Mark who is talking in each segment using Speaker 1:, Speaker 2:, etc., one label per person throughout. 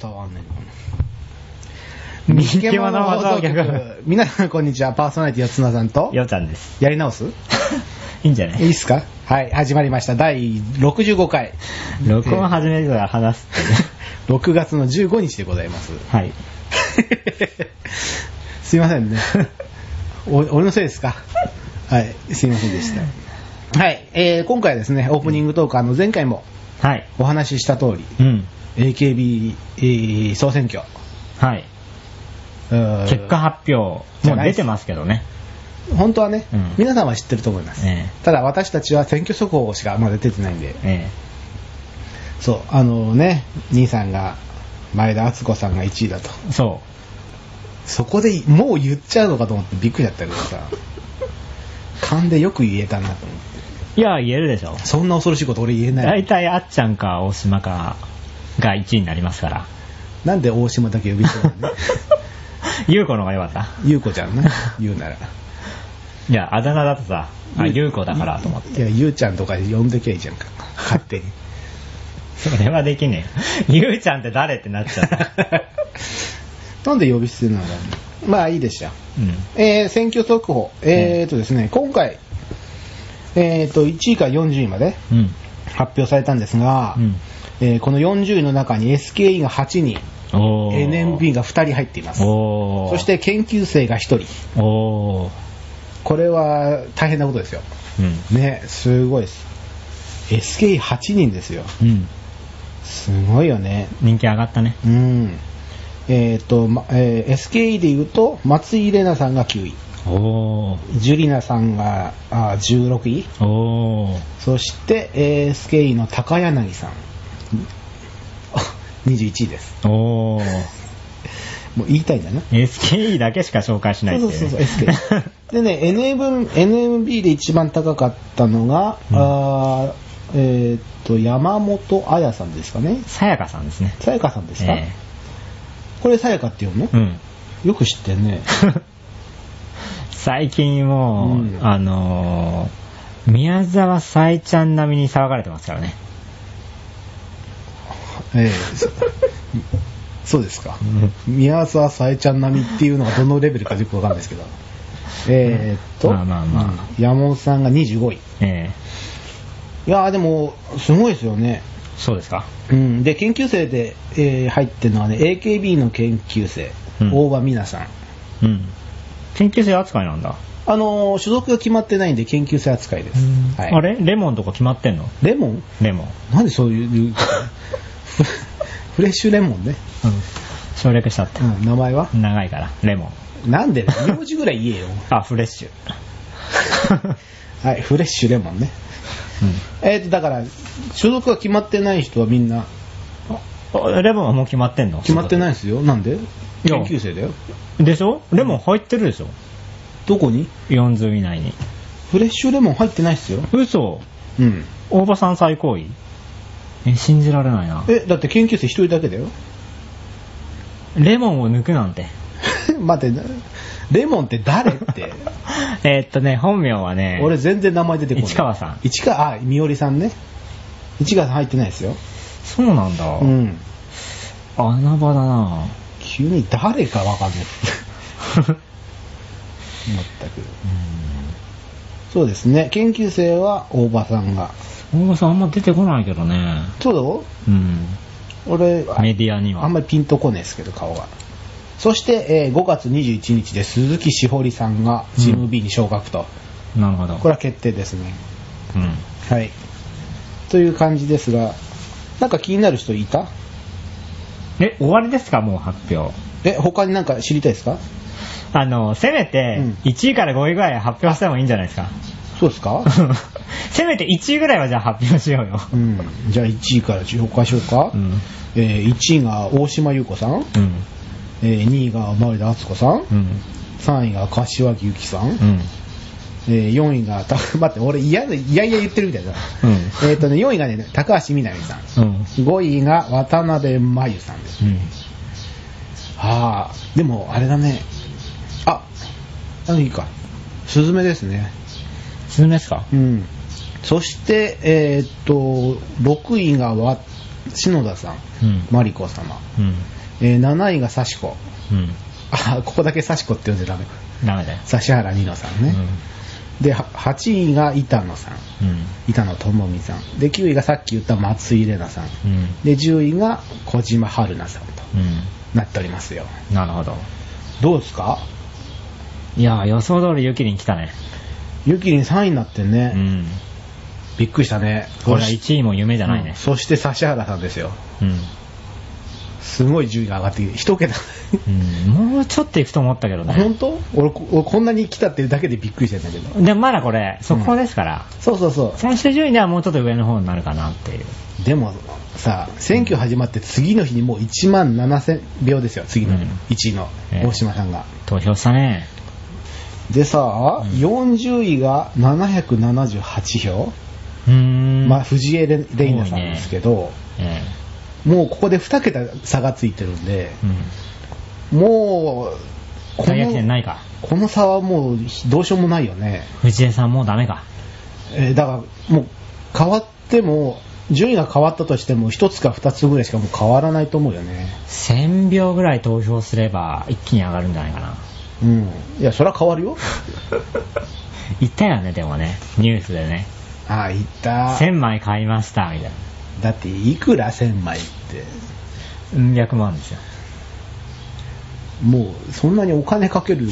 Speaker 1: 伝わんないのかな。
Speaker 2: 三毛物放送局
Speaker 1: 皆さんこんにちは、パーソナリティの綱さんと、
Speaker 2: ようちゃんです。
Speaker 1: やり直す い
Speaker 2: いいんじゃない
Speaker 1: いっすかはい、始まりました。第65回。
Speaker 2: 録音始めるから話すっていう。
Speaker 1: 6月の15日でござい ます。
Speaker 2: はい。
Speaker 1: すいませんね。お俺のせいですかはい、すいませんでした。はい、えー、今回はですね、オープニングトーク、あの、前回も
Speaker 2: はい。
Speaker 1: お話しした通り、
Speaker 2: うん。
Speaker 1: AKB、えー総選挙。
Speaker 2: はい。
Speaker 1: うん
Speaker 2: 結果発表、
Speaker 1: じゃ
Speaker 2: もう
Speaker 1: ない
Speaker 2: 出
Speaker 1: っす
Speaker 2: てますけどね。
Speaker 1: 本当はね、
Speaker 2: うん
Speaker 1: 皆さんは知ってると思います、
Speaker 2: え
Speaker 1: ただ私たちは選挙速報しかまだ出てないんで
Speaker 2: え。え
Speaker 1: そうあのね兄さんが前田敦子さんが1位だと
Speaker 2: え。そ
Speaker 1: そこでもう言っちゃうのかと思ってびっくりだったけど さ勘でよく言えたなと思って
Speaker 2: う。いや、言えるでしょ。
Speaker 1: そんな恐ろしいこと俺言えない
Speaker 2: 大体、あっちゃんか大島かが1位になりますから。
Speaker 1: なんで大島だけ呼び捨てなの ね
Speaker 2: ゆうこの方が良かった。
Speaker 1: 優子ちゃんね言うなら
Speaker 2: いや、あだ名だとさ、あ、ゆうこだからと思って。
Speaker 1: いやゆうちゃんとか呼んできゃいいじゃんか勝手に
Speaker 2: それはできねえよ。ゆうちゃんって誰ってなっちゃう。
Speaker 1: なんで呼び捨てなのかねまあいいでしょ
Speaker 2: うん。
Speaker 1: えー選挙速報、えーとですね、今回、えーと1位から40位まで
Speaker 2: うん。
Speaker 1: 発表されたんですが、
Speaker 2: うん
Speaker 1: えーこの40位の中に SKE が8人、
Speaker 2: おー。
Speaker 1: NMB が2人入っています。
Speaker 2: おー。
Speaker 1: そし、て研究生が1人。
Speaker 2: おー。
Speaker 1: これは大変なことですよ。
Speaker 2: うん。
Speaker 1: ね、すごいです。SKE8 人ですよ。
Speaker 2: うん。
Speaker 1: すごいよね。
Speaker 2: 人気上がったね。
Speaker 1: うん。えーと、まえー SKE で言うと、松井玲奈さんが9位、
Speaker 2: おー。
Speaker 1: ジュリナさんがあー16位、
Speaker 2: おー。
Speaker 1: そして、えースケイの高柳さん。 あ21位です。
Speaker 2: おー。
Speaker 1: もう言いたいんだな。
Speaker 2: SKE だけしか紹介しないってい
Speaker 1: そう
Speaker 2: ね。
Speaker 1: そうそう、SK。で ね、NM NMB で一番高かったのが、
Speaker 2: うん
Speaker 1: あーえーっと、山本彩さんですかね。
Speaker 2: さやかさんですね。
Speaker 1: さやかさんですか、
Speaker 2: え
Speaker 1: これさやかって読むの
Speaker 2: え、うん。
Speaker 1: よく知ってんね。
Speaker 2: 最近もう、
Speaker 1: うん
Speaker 2: あのー、宮沢さえちゃん並みに騒がれてますからね。
Speaker 1: ええ そそうですか。宮沢さえちゃん並みっていうのがどのレベルかよくわかんないですけど。えーっと、
Speaker 2: まあまあまあ
Speaker 1: うん山本さんが25位。
Speaker 2: え
Speaker 1: い
Speaker 2: え
Speaker 1: やーでも、すごいですよね。
Speaker 2: そうですか
Speaker 1: うん、で、研究生で、えー入ってるのはね、AKB の研究生、
Speaker 2: うん
Speaker 1: 大場美奈さん。
Speaker 2: うん。研究生扱いなんだ。
Speaker 1: あのー所属が決まってないんで研究生扱いです。はい、
Speaker 2: あれレモンとか決まってんの
Speaker 1: レモン
Speaker 2: レモン。
Speaker 1: なんでそういう、 フレッシュレモンね。
Speaker 2: うん。省略したって
Speaker 1: う。ん、名前は
Speaker 2: 長いから、レモン。
Speaker 1: なんで名字ぐらい言え よ。
Speaker 2: あ、フレッシュ。
Speaker 1: はい、フレッシュレモンね。えーと、だから、所属が決まってない人はみんな、
Speaker 2: うんあレモンはもう決まってんの
Speaker 1: 決まって
Speaker 2: い。
Speaker 1: ないですよ。なんで
Speaker 2: いや
Speaker 1: 研究生だよ。
Speaker 2: でしょレモン入ってるでしょ
Speaker 1: どこに
Speaker 2: ?40 以内に。
Speaker 1: フレッシュレモン入ってないっすよ。
Speaker 2: 嘘
Speaker 1: うん。
Speaker 2: 大場さん最高位え、信じられないな。
Speaker 1: え、だって研究生一人だけだよ。
Speaker 2: レモンを抜くなんて。
Speaker 1: 待って、レモンって誰 って。
Speaker 2: えーっとね、本名はね、
Speaker 1: 俺全然名前出てこない。
Speaker 2: 市川さん
Speaker 1: 市川、あ、みおりさんね。市川さん入ってないですよ。
Speaker 2: そうなんだ。
Speaker 1: うん。
Speaker 2: 穴場だな
Speaker 1: 急に誰かわかんない。 全く。そうですね。研究生は大場さんが。
Speaker 2: 大場さんあんま出てこないけどね。
Speaker 1: そうだろ
Speaker 2: うん。
Speaker 1: 俺、
Speaker 2: メディアには。
Speaker 1: あんまりピンとこないですけど、顔が。そして、えー5月21日で鈴木しほりさんがチーム B に昇格と。
Speaker 2: なるほど。
Speaker 1: これは決定ですね。
Speaker 2: うん。
Speaker 1: はい。という感じですが、なんか気になる人いた
Speaker 2: え、終わりですかもう発表。
Speaker 1: え、他になんか知りたいですか
Speaker 2: あの、せめて
Speaker 1: うん、
Speaker 2: 1位から5位ぐらい発表してもいいんじゃないですか。
Speaker 1: そうですか
Speaker 2: せめて1位ぐらいはじゃあ発表しようよ。
Speaker 1: うん。じゃあ1位から紹介しようか。
Speaker 2: うん。
Speaker 1: えー1位が大島優子さん、
Speaker 2: うん。
Speaker 1: えー2位が前田敦子さん、
Speaker 2: うん。
Speaker 1: 3位が柏木由紀さん、
Speaker 2: うん。
Speaker 1: えー4位が、た 待って、俺嫌で、いやいや言ってるみたいだな。
Speaker 2: うん
Speaker 1: えっとね、4位がね、高橋みなみさん。
Speaker 2: うん。
Speaker 1: 5位が渡辺真由さんです。
Speaker 2: うん。
Speaker 1: ああ、でもあれだね。あ、あのいいか。スズメですね。
Speaker 2: スズメですか
Speaker 1: うん。そして、えーっと、6位がわ、篠田さん、
Speaker 2: うん
Speaker 1: マリコ様、
Speaker 2: うん。
Speaker 1: えー7位が幸子
Speaker 2: うん。
Speaker 1: あここだけ幸子って呼んじゃダメ
Speaker 2: ダメだよ。
Speaker 1: 指原莉乃さんね、では8位が板野さん
Speaker 2: うん。
Speaker 1: 板野友美さんで9位がさっき言った松井玲奈さん
Speaker 2: うん。うん。
Speaker 1: で10位が小島春菜さんと
Speaker 2: う
Speaker 1: なっておりますよ
Speaker 2: ん。なるほど。
Speaker 1: どうですか
Speaker 2: いやー、予想通りユキリン来たね。
Speaker 1: ゆきりん3位になって
Speaker 2: う
Speaker 1: ね、
Speaker 2: ん。
Speaker 1: びっくりしたね
Speaker 2: これは1位も夢じゃない
Speaker 1: うん
Speaker 2: ね。
Speaker 1: そして指原さんですよ
Speaker 2: うん。
Speaker 1: すごい順位が上がってきて一桁
Speaker 2: うん。もうちょっと行くと思ったけどね。
Speaker 1: 本当俺こ俺こんなに来たっていうだけでびっくりしてんだけど
Speaker 2: でもまだこれ、速報ですから、
Speaker 1: そうそうそ
Speaker 2: 最終順位ではもうちょっと上の方になるかなっていう。
Speaker 1: うでもさ選挙始まって次の日にもう1万7000秒ですよ次の
Speaker 2: うん
Speaker 1: 1位の
Speaker 2: ええ
Speaker 1: 大島さんが、
Speaker 2: 投票したね。
Speaker 1: でさ、
Speaker 2: うん
Speaker 1: 40位が778票、
Speaker 2: うーん。
Speaker 1: まあ、藤江玲奈さんですけど、
Speaker 2: え
Speaker 1: もうここで2桁差がついてるんで、
Speaker 2: えうん。
Speaker 1: もうこ
Speaker 2: 大逆転
Speaker 1: の
Speaker 2: ないか。
Speaker 1: この差はもうどうしようもないよね、
Speaker 2: 藤江さんもうダメか。
Speaker 1: えーだからもう変わっても順位が変わったとしても1つか2つぐらいしかもう変わらないと思うよね
Speaker 2: 1000秒ぐらい投票すれば一気に上がるんじゃないかな。
Speaker 1: うんいやそれは変わる よ
Speaker 2: 言ったよね、でもね。ニュースでね。
Speaker 1: ああいった
Speaker 2: 1000枚買いました、みたいな。
Speaker 1: だっていくら1000枚って
Speaker 2: うん、百万ですよ。
Speaker 1: もうそんなにお金かける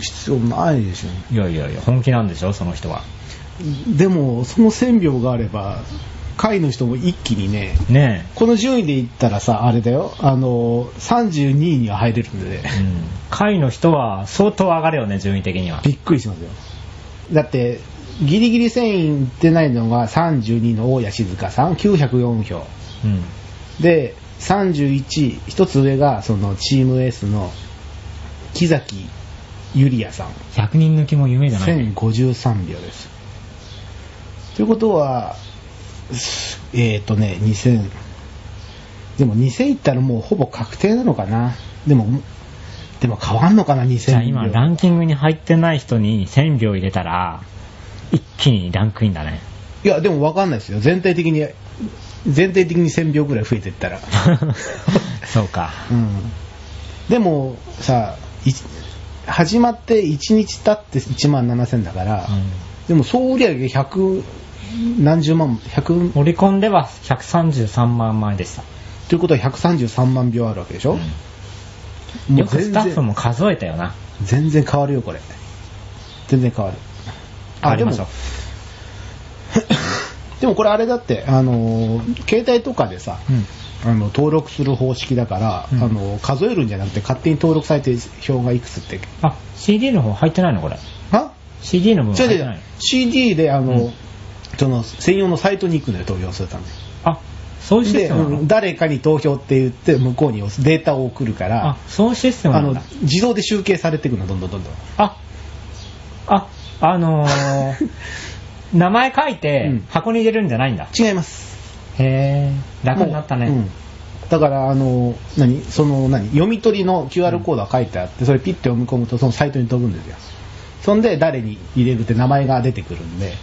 Speaker 1: 必要ないでしょ
Speaker 2: いやいやいや、本気なんでしょ、その人は。
Speaker 1: でもその1000秒があれば下位の人も一気にね
Speaker 2: ね
Speaker 1: この順位で言ったらさあれだよあの32位には入れるんで、ね
Speaker 2: え。うん。会の人は相当上がるよね、順位的には。
Speaker 1: びっくりしますよだってギリギリ1000位いってないのが32の大谷静香さん904票
Speaker 2: うん。
Speaker 1: で31位一つ上がそのチームエースの木崎ゆりやさん
Speaker 2: 100人抜きも夢じゃないね。
Speaker 1: 1053秒ですということはすえっ、とね2000でも2000いったらもうほぼ確定なのかなでもでも変わんのかな2000
Speaker 2: じゃあ今、
Speaker 1: 秒
Speaker 2: ランキングに入ってない人に1000票入れたら、一気にランクインだね。
Speaker 1: いやでも分かんないですよ全体的に全体的に1000秒ぐらい増えていったら
Speaker 2: そうか。
Speaker 1: うんでもさい始まって1日経って1万7000だから、でも総売上げ100何十万100
Speaker 2: オリコンでは133万枚でした。
Speaker 1: ということは133万票あるわけでしょ、
Speaker 2: うん
Speaker 1: もう
Speaker 2: よくス
Speaker 1: 全
Speaker 2: タッフ
Speaker 1: 然
Speaker 2: も数えたよな。
Speaker 1: 全然変わるよこれ全然変わる
Speaker 2: ありましょ
Speaker 1: で
Speaker 2: う
Speaker 1: もでもこれ あれだってあのー携帯とかでさ、
Speaker 2: うん
Speaker 1: あの登録する方式だから、
Speaker 2: うん
Speaker 1: あの数えるんじゃなくて勝手に登録されてる票がいくつって
Speaker 2: あ、CD の方入ってないのこれ。
Speaker 1: あ
Speaker 2: CD の部
Speaker 1: 違
Speaker 2: 分
Speaker 1: う
Speaker 2: 入
Speaker 1: 違
Speaker 2: ってな
Speaker 1: う
Speaker 2: い。
Speaker 1: CD であの、
Speaker 2: うん
Speaker 1: その専用のサイトに行くのよ投票するために
Speaker 2: あ、そういうシス
Speaker 1: で、
Speaker 2: テムなの
Speaker 1: うん誰かに投票って言って向こうにデータを送るから
Speaker 2: あ、そういうシステム
Speaker 1: あ
Speaker 2: なん
Speaker 1: の
Speaker 2: だ。
Speaker 1: 自動で集計されていくのどんどんどんどん
Speaker 2: あ、あ、あ のー名前書いうて
Speaker 1: ん
Speaker 2: 箱に入れるんじゃないんだ。
Speaker 1: 違います
Speaker 2: へー楽になったね。
Speaker 1: もううんだからあの何その何読み取りの QR コードが書いてあって、それピッて読み込むとそのサイトに飛ぶんですよそんで誰に入れるって名前が出てくるんで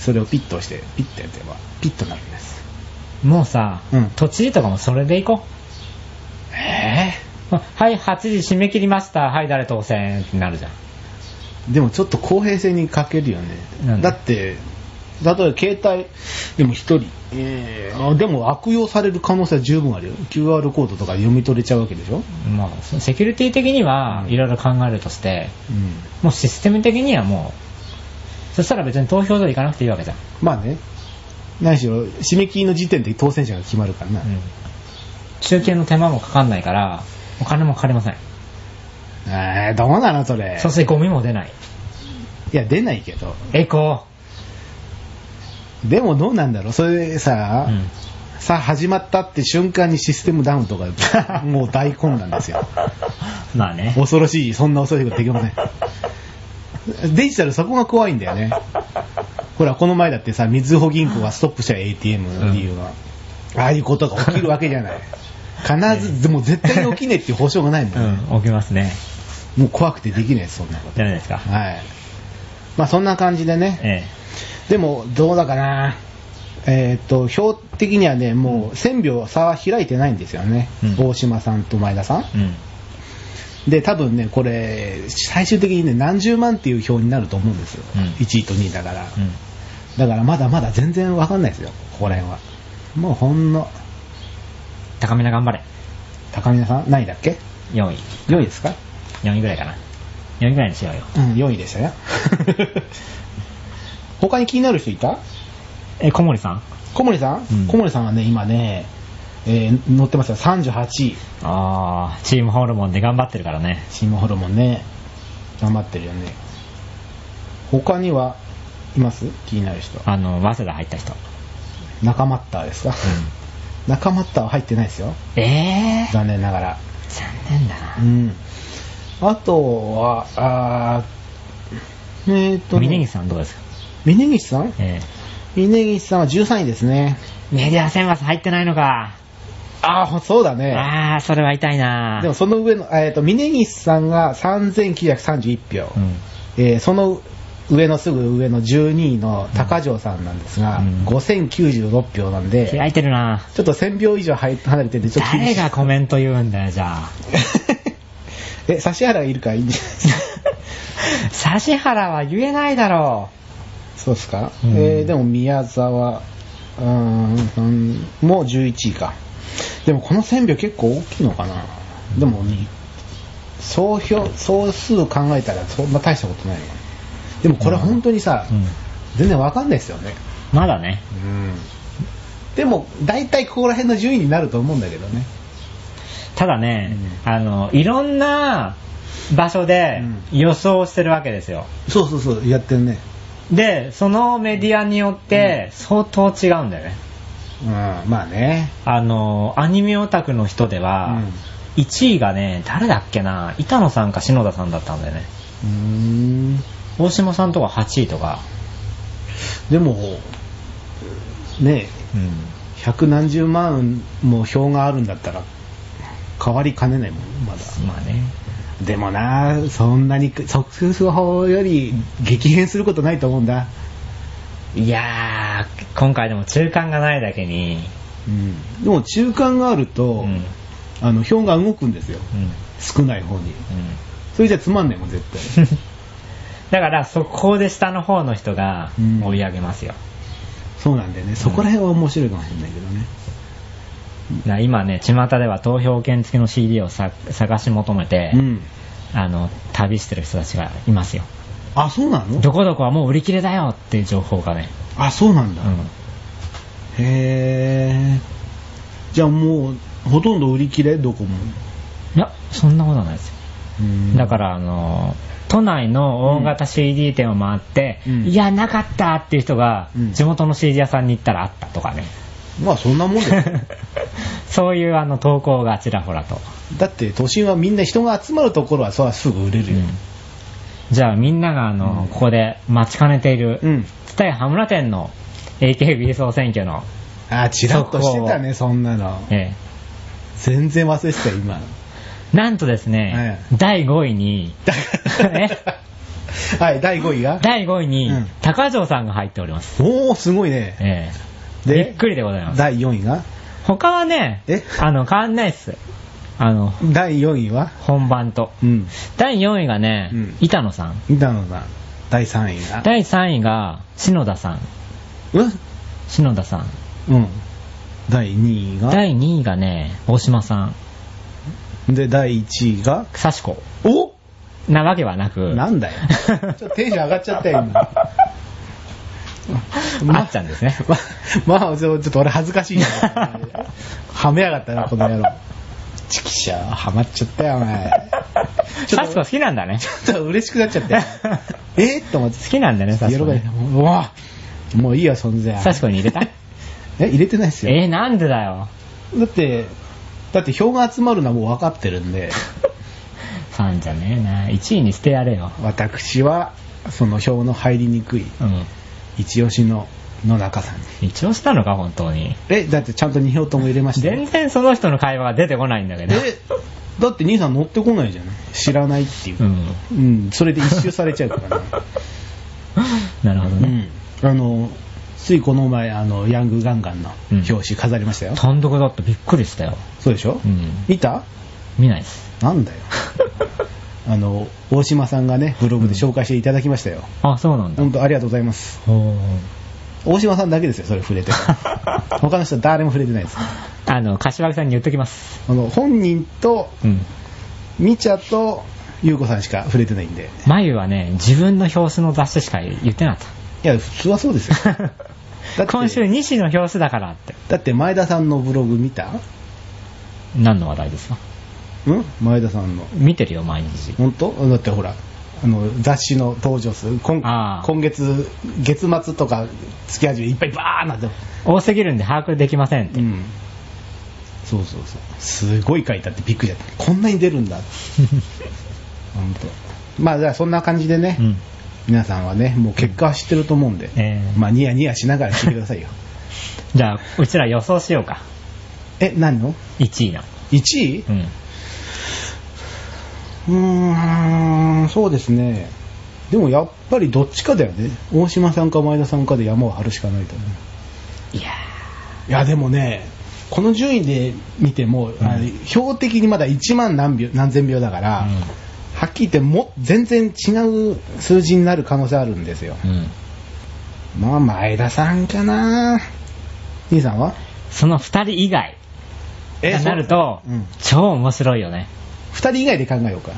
Speaker 1: それをピッと押してピッてやってばピッとなるんです
Speaker 2: もうさ、
Speaker 1: うん
Speaker 2: 都知事とかもそれでいこ
Speaker 1: え
Speaker 2: う。はい、8時締め切りました。はい、誰当選ってなるじゃん。
Speaker 1: えでもちょっと公平性に欠けるよ
Speaker 2: な
Speaker 1: ね
Speaker 2: んで
Speaker 1: だって例えば携帯でも1人、ええあでも悪用される可能性は十分あるよ QR コードとか読み取れちゃうわけでしょ、
Speaker 2: まあ、そのセキュリティ的には
Speaker 1: うん
Speaker 2: いろいろ考えるとして、もうシステム的にはもう、そしたら別に投票所行かなくていいわけじゃん。
Speaker 1: まあね何しろ締め切りの時点で当選者が決まるからな、
Speaker 2: うん中継の手間もかかんないから、お金もかかりません。
Speaker 1: えー、どうなのそれ
Speaker 2: そしてゴミも出ない。
Speaker 1: いや出ないけど
Speaker 2: 栄光。
Speaker 1: でもどうなんだろうそれでさ、
Speaker 2: うん
Speaker 1: さあ始まったって瞬間にシステムダウンと かもう大混乱ですよ
Speaker 2: まあね。
Speaker 1: 恐ろしいそんな恐ろしいことできませんデジタルそこが怖いんだよねほらこの前だってさみずほ銀行がストップした ATM の理由は、ああいうことが起きるわけじゃ ない必ず、でも絶対に起きねえっていう保証がないもんね、
Speaker 2: うん、起きますね。
Speaker 1: もう怖くてできないですそんなこと
Speaker 2: じゃないですか。
Speaker 1: はいまあそんな感じでね
Speaker 2: え
Speaker 1: でもどうだかなえーっと表的にはね、もう1000秒差は開いてないんですよね、
Speaker 2: うん
Speaker 1: 大島さんと前田さん。
Speaker 2: うん。
Speaker 1: で、多分ね、これ、最終的にね、何十万っていう表になると思うんですよ、
Speaker 2: うん
Speaker 1: 1位と2位だから、
Speaker 2: うん。
Speaker 1: だからまだまだ全然わかんないですよ、ここら辺は。もうほんの、
Speaker 2: 高めな頑張れ。
Speaker 1: 高見さん、何位だっけ
Speaker 2: 4位。
Speaker 1: ?4 位ですか
Speaker 2: 4位ぐらいかな。4位ぐらいにしようよ。
Speaker 1: うん、4位でした ね。他に気になる人いた
Speaker 2: え、小森さん
Speaker 1: 小森さん、
Speaker 2: うん
Speaker 1: 小森さんはね、今ね、えー乗ってますよ、38位。
Speaker 2: ああ、チームホルモンで頑張ってるからね。
Speaker 1: チームホルモンね、頑張ってるよね。他にはいます気になる人。
Speaker 2: あの、早稲田入った人。
Speaker 1: 仲間ッターですか、仲間ッターは入ってないですよ。
Speaker 2: ええー、
Speaker 1: 残念ながら。
Speaker 2: 残念だ
Speaker 1: う
Speaker 2: な。
Speaker 1: ん。あとは、あーえー、っとね、
Speaker 2: 峰岸さんどうですか
Speaker 1: 峰岸さん
Speaker 2: え
Speaker 1: 峰岸さんは13位ですね。
Speaker 2: ー、メディア選抜入ってないのか。
Speaker 1: ああ、ほそうだね。
Speaker 2: ああ、それは痛いな。
Speaker 1: でもその上の、えっ、と、峰岸さんが3931票、
Speaker 2: うん。
Speaker 1: えーその上のすぐ上の12位の高城さんなんですが、
Speaker 2: うん
Speaker 1: 5096票なんで、
Speaker 2: 開いてるな。
Speaker 1: ちょっと1000票以上入離れてて、ちょっと厳しい。
Speaker 2: 誰がコメント言うんだよ、じゃあ。
Speaker 1: え、指原いるからいいんじゃない ですか
Speaker 2: 指原は言えないだろ
Speaker 1: そうですか、
Speaker 2: うん
Speaker 1: えーでも宮沢、うーん、うんもう11位か。でもこの1000票結構大きいのかな。でも、総票、総数考えたらそんな大したことないのかな。でもこれ本当にさ、
Speaker 2: う。うん。
Speaker 1: 全然わかんないですよね。
Speaker 2: まだね。
Speaker 1: でも、大体ここら辺の順位になると思うんだけどね。
Speaker 2: ただね、あの、いろんな場所で予想してるわけですよ。
Speaker 1: そうそうそう、やってるね。
Speaker 2: で、そのメディアによって相当違うんだよね。
Speaker 1: うん、まあね。
Speaker 2: あの、アニメオタクの人では、1位がね、誰だっけな、板野さんか篠田さんだったんだよね。
Speaker 1: うん。うーん
Speaker 2: 大島さんとか8位とか。
Speaker 1: でも、ね
Speaker 2: うん。
Speaker 1: 百何十万も票があるんだったら、変わりかねないもん、まだ。
Speaker 2: まあね。
Speaker 1: でもな、そんなに、即数法より激変することないと思うんだ。
Speaker 2: いやー、今回でも中間がないだけに、
Speaker 1: うん。でも中間がある
Speaker 2: う
Speaker 1: と、
Speaker 2: ん。うん。
Speaker 1: あの、票が動くんですよ。少ない方に。それじゃつまんねえもん、絶対。
Speaker 2: うん。 だから、そこで下の方の人が
Speaker 1: うん
Speaker 2: 追い上げますよ。
Speaker 1: そうなんだよね。そこら辺は面白いかもしれないけどね。
Speaker 2: だから今ね、巷では投票券付きの CD をさ探し求めて、
Speaker 1: うん。
Speaker 2: あの、旅してる人たちがいますよ。
Speaker 1: あ、そうなの
Speaker 2: どこどこはもう売り切れだよっていう情報がね。
Speaker 1: あ、そうなん
Speaker 2: う
Speaker 1: だ。
Speaker 2: ん。
Speaker 1: へー。じゃあもう、ほとんど売り切れどこも。
Speaker 2: いや、そんなことないですよ。
Speaker 1: うん
Speaker 2: だから、あの、都内の大型 CD 店を回って、
Speaker 1: うん
Speaker 2: いや、なかったっていう人が
Speaker 1: うん、
Speaker 2: 地元の CD 屋さんに行ったらあったとかね。
Speaker 1: まあそんなもんだよ。
Speaker 2: そういうあの投稿がちらほらと。
Speaker 1: だって都心はみんな人が集まるところはそらすぐ売れるよ。
Speaker 2: じゃあみんながあの、ここで待ちかねている、
Speaker 1: うん。
Speaker 2: 蔦屋羽村店の AKB 総選挙の、
Speaker 1: あ、チラッとしてたね、そんなの。
Speaker 2: え
Speaker 1: 全然忘れてたよ、今。
Speaker 2: えなんとですね、
Speaker 1: え
Speaker 2: 第5 位に、
Speaker 1: だ
Speaker 2: え
Speaker 1: はい、第5位が。
Speaker 2: 第5位に
Speaker 1: うん
Speaker 2: 高城さんが入っております。
Speaker 1: おー、すごいね。
Speaker 2: ええ
Speaker 1: で
Speaker 2: びっくりでございます。
Speaker 1: 第4位が。
Speaker 2: 他はね
Speaker 1: え、
Speaker 2: あの、変わんないっす。あの、
Speaker 1: 第4位は。
Speaker 2: 本番と。
Speaker 1: うん。
Speaker 2: 第4位がね、
Speaker 1: うん
Speaker 2: 板野さん。
Speaker 1: 板野さん。第3位が。
Speaker 2: 第3位が、篠田さん。
Speaker 1: うん
Speaker 2: 篠田さん。
Speaker 1: うん。第2位が。
Speaker 2: 第2位がね、大島さん。
Speaker 1: で、第1位が。
Speaker 2: 刺子。
Speaker 1: お
Speaker 2: なわけはなく。
Speaker 1: なん だよちょっとテンション上がっちゃったよ今
Speaker 2: あっちゃんですね。
Speaker 1: ま、ま あ、ちょっと俺恥ずかしいな。はめやがったな、この野郎。ちきしゃー、はまっちゃったよ、お前。ちょっ
Speaker 2: 刺子
Speaker 1: と、
Speaker 2: 好きなんだね。
Speaker 1: ちょっと嬉しくなっちゃったよ。えー、と思って。
Speaker 2: 好きなんだね、刺
Speaker 1: 喜
Speaker 2: 子
Speaker 1: び
Speaker 2: ね。
Speaker 1: うわもういいよ、存在。
Speaker 2: 刺子に入れ た
Speaker 1: え、入れてないっすよ。
Speaker 2: えー、なんでだよ。
Speaker 1: だって、だって票が集まるのはもう分かってるんで。
Speaker 2: ファンじゃねえな。1位にしてやれよ。
Speaker 1: 私はその票の入りにくい
Speaker 2: うん。
Speaker 1: 一押しの野中さんに
Speaker 2: 一応したのか、本当に。
Speaker 1: えだってちゃんと2票とも入れましたよ
Speaker 2: 全然その人の会話が出てこないんだけど。
Speaker 1: えだって兄さん乗ってこないじゃん知らないっていうう、
Speaker 2: ん。
Speaker 1: うんそれで一周されちゃうからね
Speaker 2: なるほどね。
Speaker 1: うんあのついこの前、あの、ヤングガンガンの
Speaker 2: うん
Speaker 1: 表紙飾りましたよ。
Speaker 2: 単独だってびっくりしたよ。
Speaker 1: そうでしょ、
Speaker 2: うん
Speaker 1: 見た
Speaker 2: 見ないです。
Speaker 1: なんだ よ。あの、大島さんがね、ブログで紹介していただきましたよ。
Speaker 2: あ、そうなんだ。
Speaker 1: 本当ありがとうございます。
Speaker 2: ほう
Speaker 1: 大島さんだけですよ、それ触れ てるの他の人誰も触れてないです。あ
Speaker 2: あの、柏木さんに言っときます。
Speaker 1: の、本人と、
Speaker 2: うん。
Speaker 1: みちゃと、ゆうこさんしか触れてないんで。
Speaker 2: 眉はね、自分の表紙の雑誌しか言ってなかっ
Speaker 1: いや、普通はそうです よ。だ
Speaker 2: た。
Speaker 1: って
Speaker 2: 今週西の表紙だからって。
Speaker 1: だって前田さんのブログ見たん
Speaker 2: 何の話題ですか
Speaker 1: 前田さんの。
Speaker 2: 見てるよ、毎日。
Speaker 1: 本当だってほら、あの、雑誌の登場数、今
Speaker 2: あー
Speaker 1: 今月、月末とか月始めいっぱいバーなって。
Speaker 2: 多すぎるんで把握できませんって。
Speaker 1: うん。そうそうそう。すごい書いたってびっくりだった。こんなに出るんだ。本当。まあ、じゃあそんな感じでね、
Speaker 2: うん。
Speaker 1: 皆さんはね、もう結果は知ってると思うんで、
Speaker 2: えー
Speaker 1: まあ、ニヤニヤしながら聞いてくださいよ。
Speaker 2: じゃあ、うちら予想しようか。
Speaker 1: え、何の
Speaker 2: 1位の。
Speaker 1: ?1 位
Speaker 2: うん。
Speaker 1: うーん、そうですね。でもやっぱりどっちかだよね。大島さんか前田さんかで山を張るしかないと思う。
Speaker 2: いや
Speaker 1: いや、でもね、この順位で見ても、あの標的にまだ1万何秒何千秒だから、
Speaker 2: うん
Speaker 1: はっきり言っても全然違う数字になる可能性あるんですよ。
Speaker 2: ー。うん。
Speaker 1: まあ、前田さんかな兄さんは
Speaker 2: その2人以外がなると
Speaker 1: そううん、
Speaker 2: 超面白いよね。
Speaker 1: 二人以外で考えようか。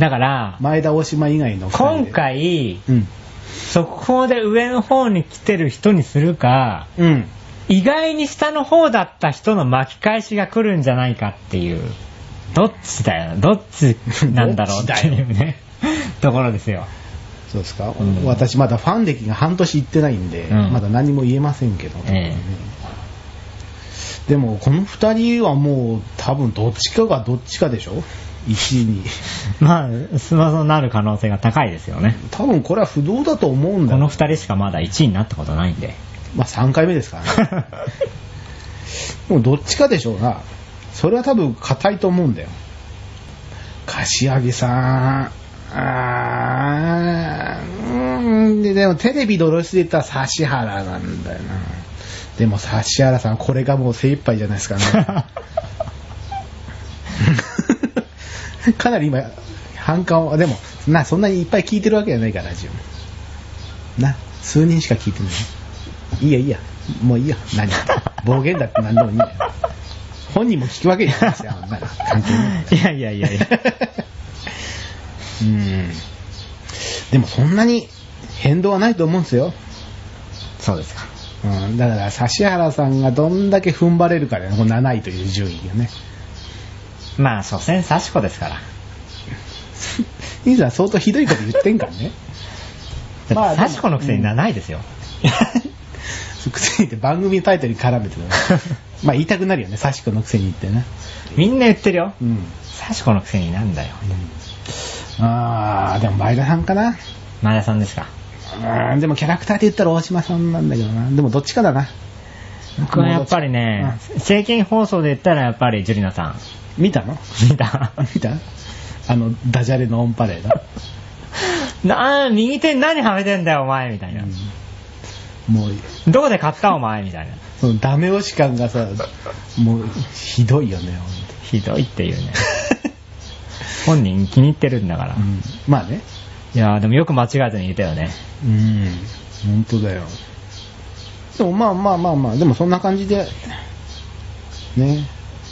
Speaker 2: だから、
Speaker 1: 前田、大島以外の二人で
Speaker 2: 今、回、
Speaker 1: うん。
Speaker 2: 速報で上の方に来てる人にするか、
Speaker 1: うん。
Speaker 2: 意外に下の方だった人の巻き返しが来るんじゃないかっていう、どっちだよ、どっちなんだろうっていうね、ところですよ。
Speaker 1: そうですか、
Speaker 2: うん
Speaker 1: 私まだファン歴が半年行ってないんで、
Speaker 2: うん
Speaker 1: まだ何も言えませんけど、
Speaker 2: ええ
Speaker 1: でもこの2人はもう多分どっちかがどっちかでしょ1位に
Speaker 2: まあ、スマホになる可能性が高いですよね。
Speaker 1: 多分これは不動だと思うんだ
Speaker 2: こ
Speaker 1: よ
Speaker 2: の二人しかまだ1位になったことな いんで。
Speaker 1: まあ3回目ですからね もうどっちかでしょうなそれは多分硬いと思うんだよ柏木さんあーうーんででもテレビで露出で言ったら指原なんだよなでも指原さんこれがもう精一杯じゃないですか ね かなり今反感をでもなそんなにいっぱい聞いてるわけじゃないからラジオな数人しか聞いてないいいやいいやもういいや何暴言だって何でもいいや本人も聞くわけじゃないですよあんなの関係ない
Speaker 2: いやいやいやいや。
Speaker 1: うん。でもそんなに変動はないと思うんですよ。
Speaker 2: そうですか。
Speaker 1: うん、だから指原さんがどんだけ踏ん張れるかだよね、この7位という順位がね。
Speaker 2: まあ、所詮幸子ですから。
Speaker 1: いさん相当ひどいこと言ってんからね。まあでも
Speaker 2: 幸子のくせに7位ですよ。
Speaker 1: くせにって番組タイトルに絡めてる ねまあ言いたくなるよね、指子のくせに言ってね。
Speaker 2: みんな言ってるよ。
Speaker 1: うん。
Speaker 2: 幸子のくせになんだよ。
Speaker 1: あー、でも前田さんかな。
Speaker 2: 前田さんですか。
Speaker 1: うん、でもキャラクターで言ったら大島さんなんだけどな。でもどっちかだな。
Speaker 2: 僕はやっぱりね、政見放送で言ったらやっぱりジュリナさん。
Speaker 1: 見たの
Speaker 2: 見 た
Speaker 1: 見たあの、ダジャレのオンパレード。
Speaker 2: なあ、右手に何はめてんだよお前みたいな。
Speaker 1: もう、
Speaker 2: どこで買ったお前みたいな。
Speaker 1: そのダメ押し感がさ、もう、ひどいよね、
Speaker 2: ひどいっていうね。
Speaker 1: 本
Speaker 2: 本人気に入ってるんだから。
Speaker 1: 当うん。まあね。
Speaker 2: いやーでもよく間違えずに言ったよね。
Speaker 1: うん。本当だよ。でもまあまあまあまあ、でもそんな感じで、ね。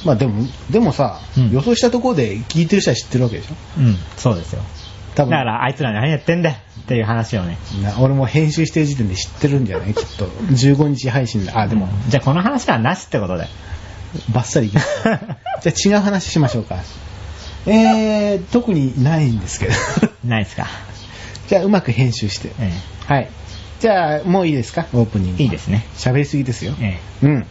Speaker 1: まあでも、でもさ、
Speaker 2: うん
Speaker 1: 予想したところで聞いてる人は知ってるわけでしょ
Speaker 2: うん、そうですよ。
Speaker 1: 多
Speaker 2: だ
Speaker 1: 分
Speaker 2: からあいつら何やってんだよっていう話をね。
Speaker 1: な俺も編集してる時点で知ってるんじゃないきっと。15日配信で。あ、でも、
Speaker 2: じゃあこの話はなしってことで。
Speaker 1: バッサリいき ます。じゃあ違う話しましょうか。えー、特にないん ですけど。
Speaker 2: ないですか。
Speaker 1: じゃあうまく編集して。
Speaker 2: え
Speaker 1: はい。じゃあ、もういいですかオープニング。
Speaker 2: えいいですね。
Speaker 1: 喋りすぎですよ。
Speaker 2: え
Speaker 1: うん。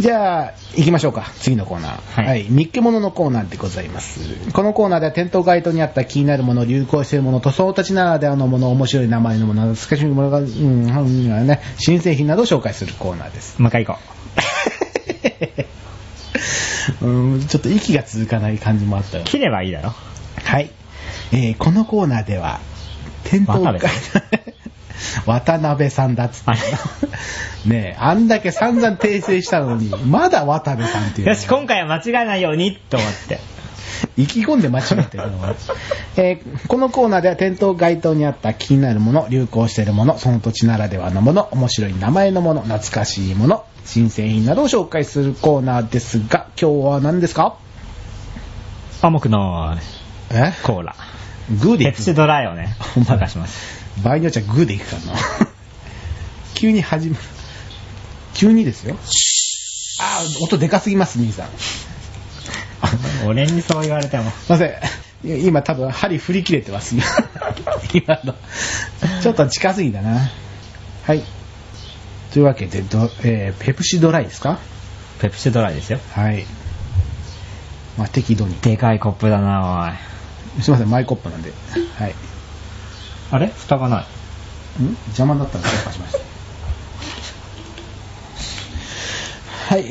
Speaker 1: じゃあ、行きましょうか。次のコーナー。
Speaker 2: はい
Speaker 1: はい。見っけ物のコーナーでございます。このコーナーでは店頭街頭にあった気になるもの、流行しているもの、塗装たちならではのもの、面白い名前のもの、懐かしいものが、うん、うん、ね、新製品などを紹介するコーナーです。
Speaker 2: え。もう一回行こ
Speaker 1: うん、ちょっと息が続かない感じもあったよ
Speaker 2: う。切ればいいだろ。
Speaker 1: はい。えーこのコーナーでは、店頭
Speaker 2: また
Speaker 1: 街
Speaker 2: です
Speaker 1: 渡辺さんだっつ
Speaker 2: あれ
Speaker 1: って。ねえ、あんだけ散々訂正したのに、まだ渡辺さんっていうの
Speaker 2: よ
Speaker 1: は。
Speaker 2: し、今回は間違えないようにと思って。
Speaker 1: 意気込んで間違えてるの、えーこのコーナーでは店頭街頭にあった気になるもの流行しているものその土地ならではのもの面白い名前のもの懐かしいもの新製品などを紹介するコーナーですが今日は何ですか
Speaker 2: 甘くな
Speaker 1: え
Speaker 2: い。コーラ。
Speaker 1: グーで
Speaker 2: ペ
Speaker 1: い
Speaker 2: プシ
Speaker 1: く
Speaker 2: ドライをね、
Speaker 1: ほんまだ
Speaker 2: 探します。
Speaker 1: 場合によっちゃグーでいくからな 急に始まる急にですよあー音でかすぎます兄さん
Speaker 2: 俺にそう言われても。
Speaker 1: すいません。い今多分針振り切れてます。今 今の。ちょっと近すぎだな。はい。というわけで、どえーペプシドライですか
Speaker 2: ペプシドライですよ。
Speaker 1: はい。まあ適度に。
Speaker 2: でかいコップだな、おい。
Speaker 1: すいません、マイコップなんで。はい。ん
Speaker 2: あれ蓋がない。
Speaker 1: 邪魔だったので、失敗しました。はい。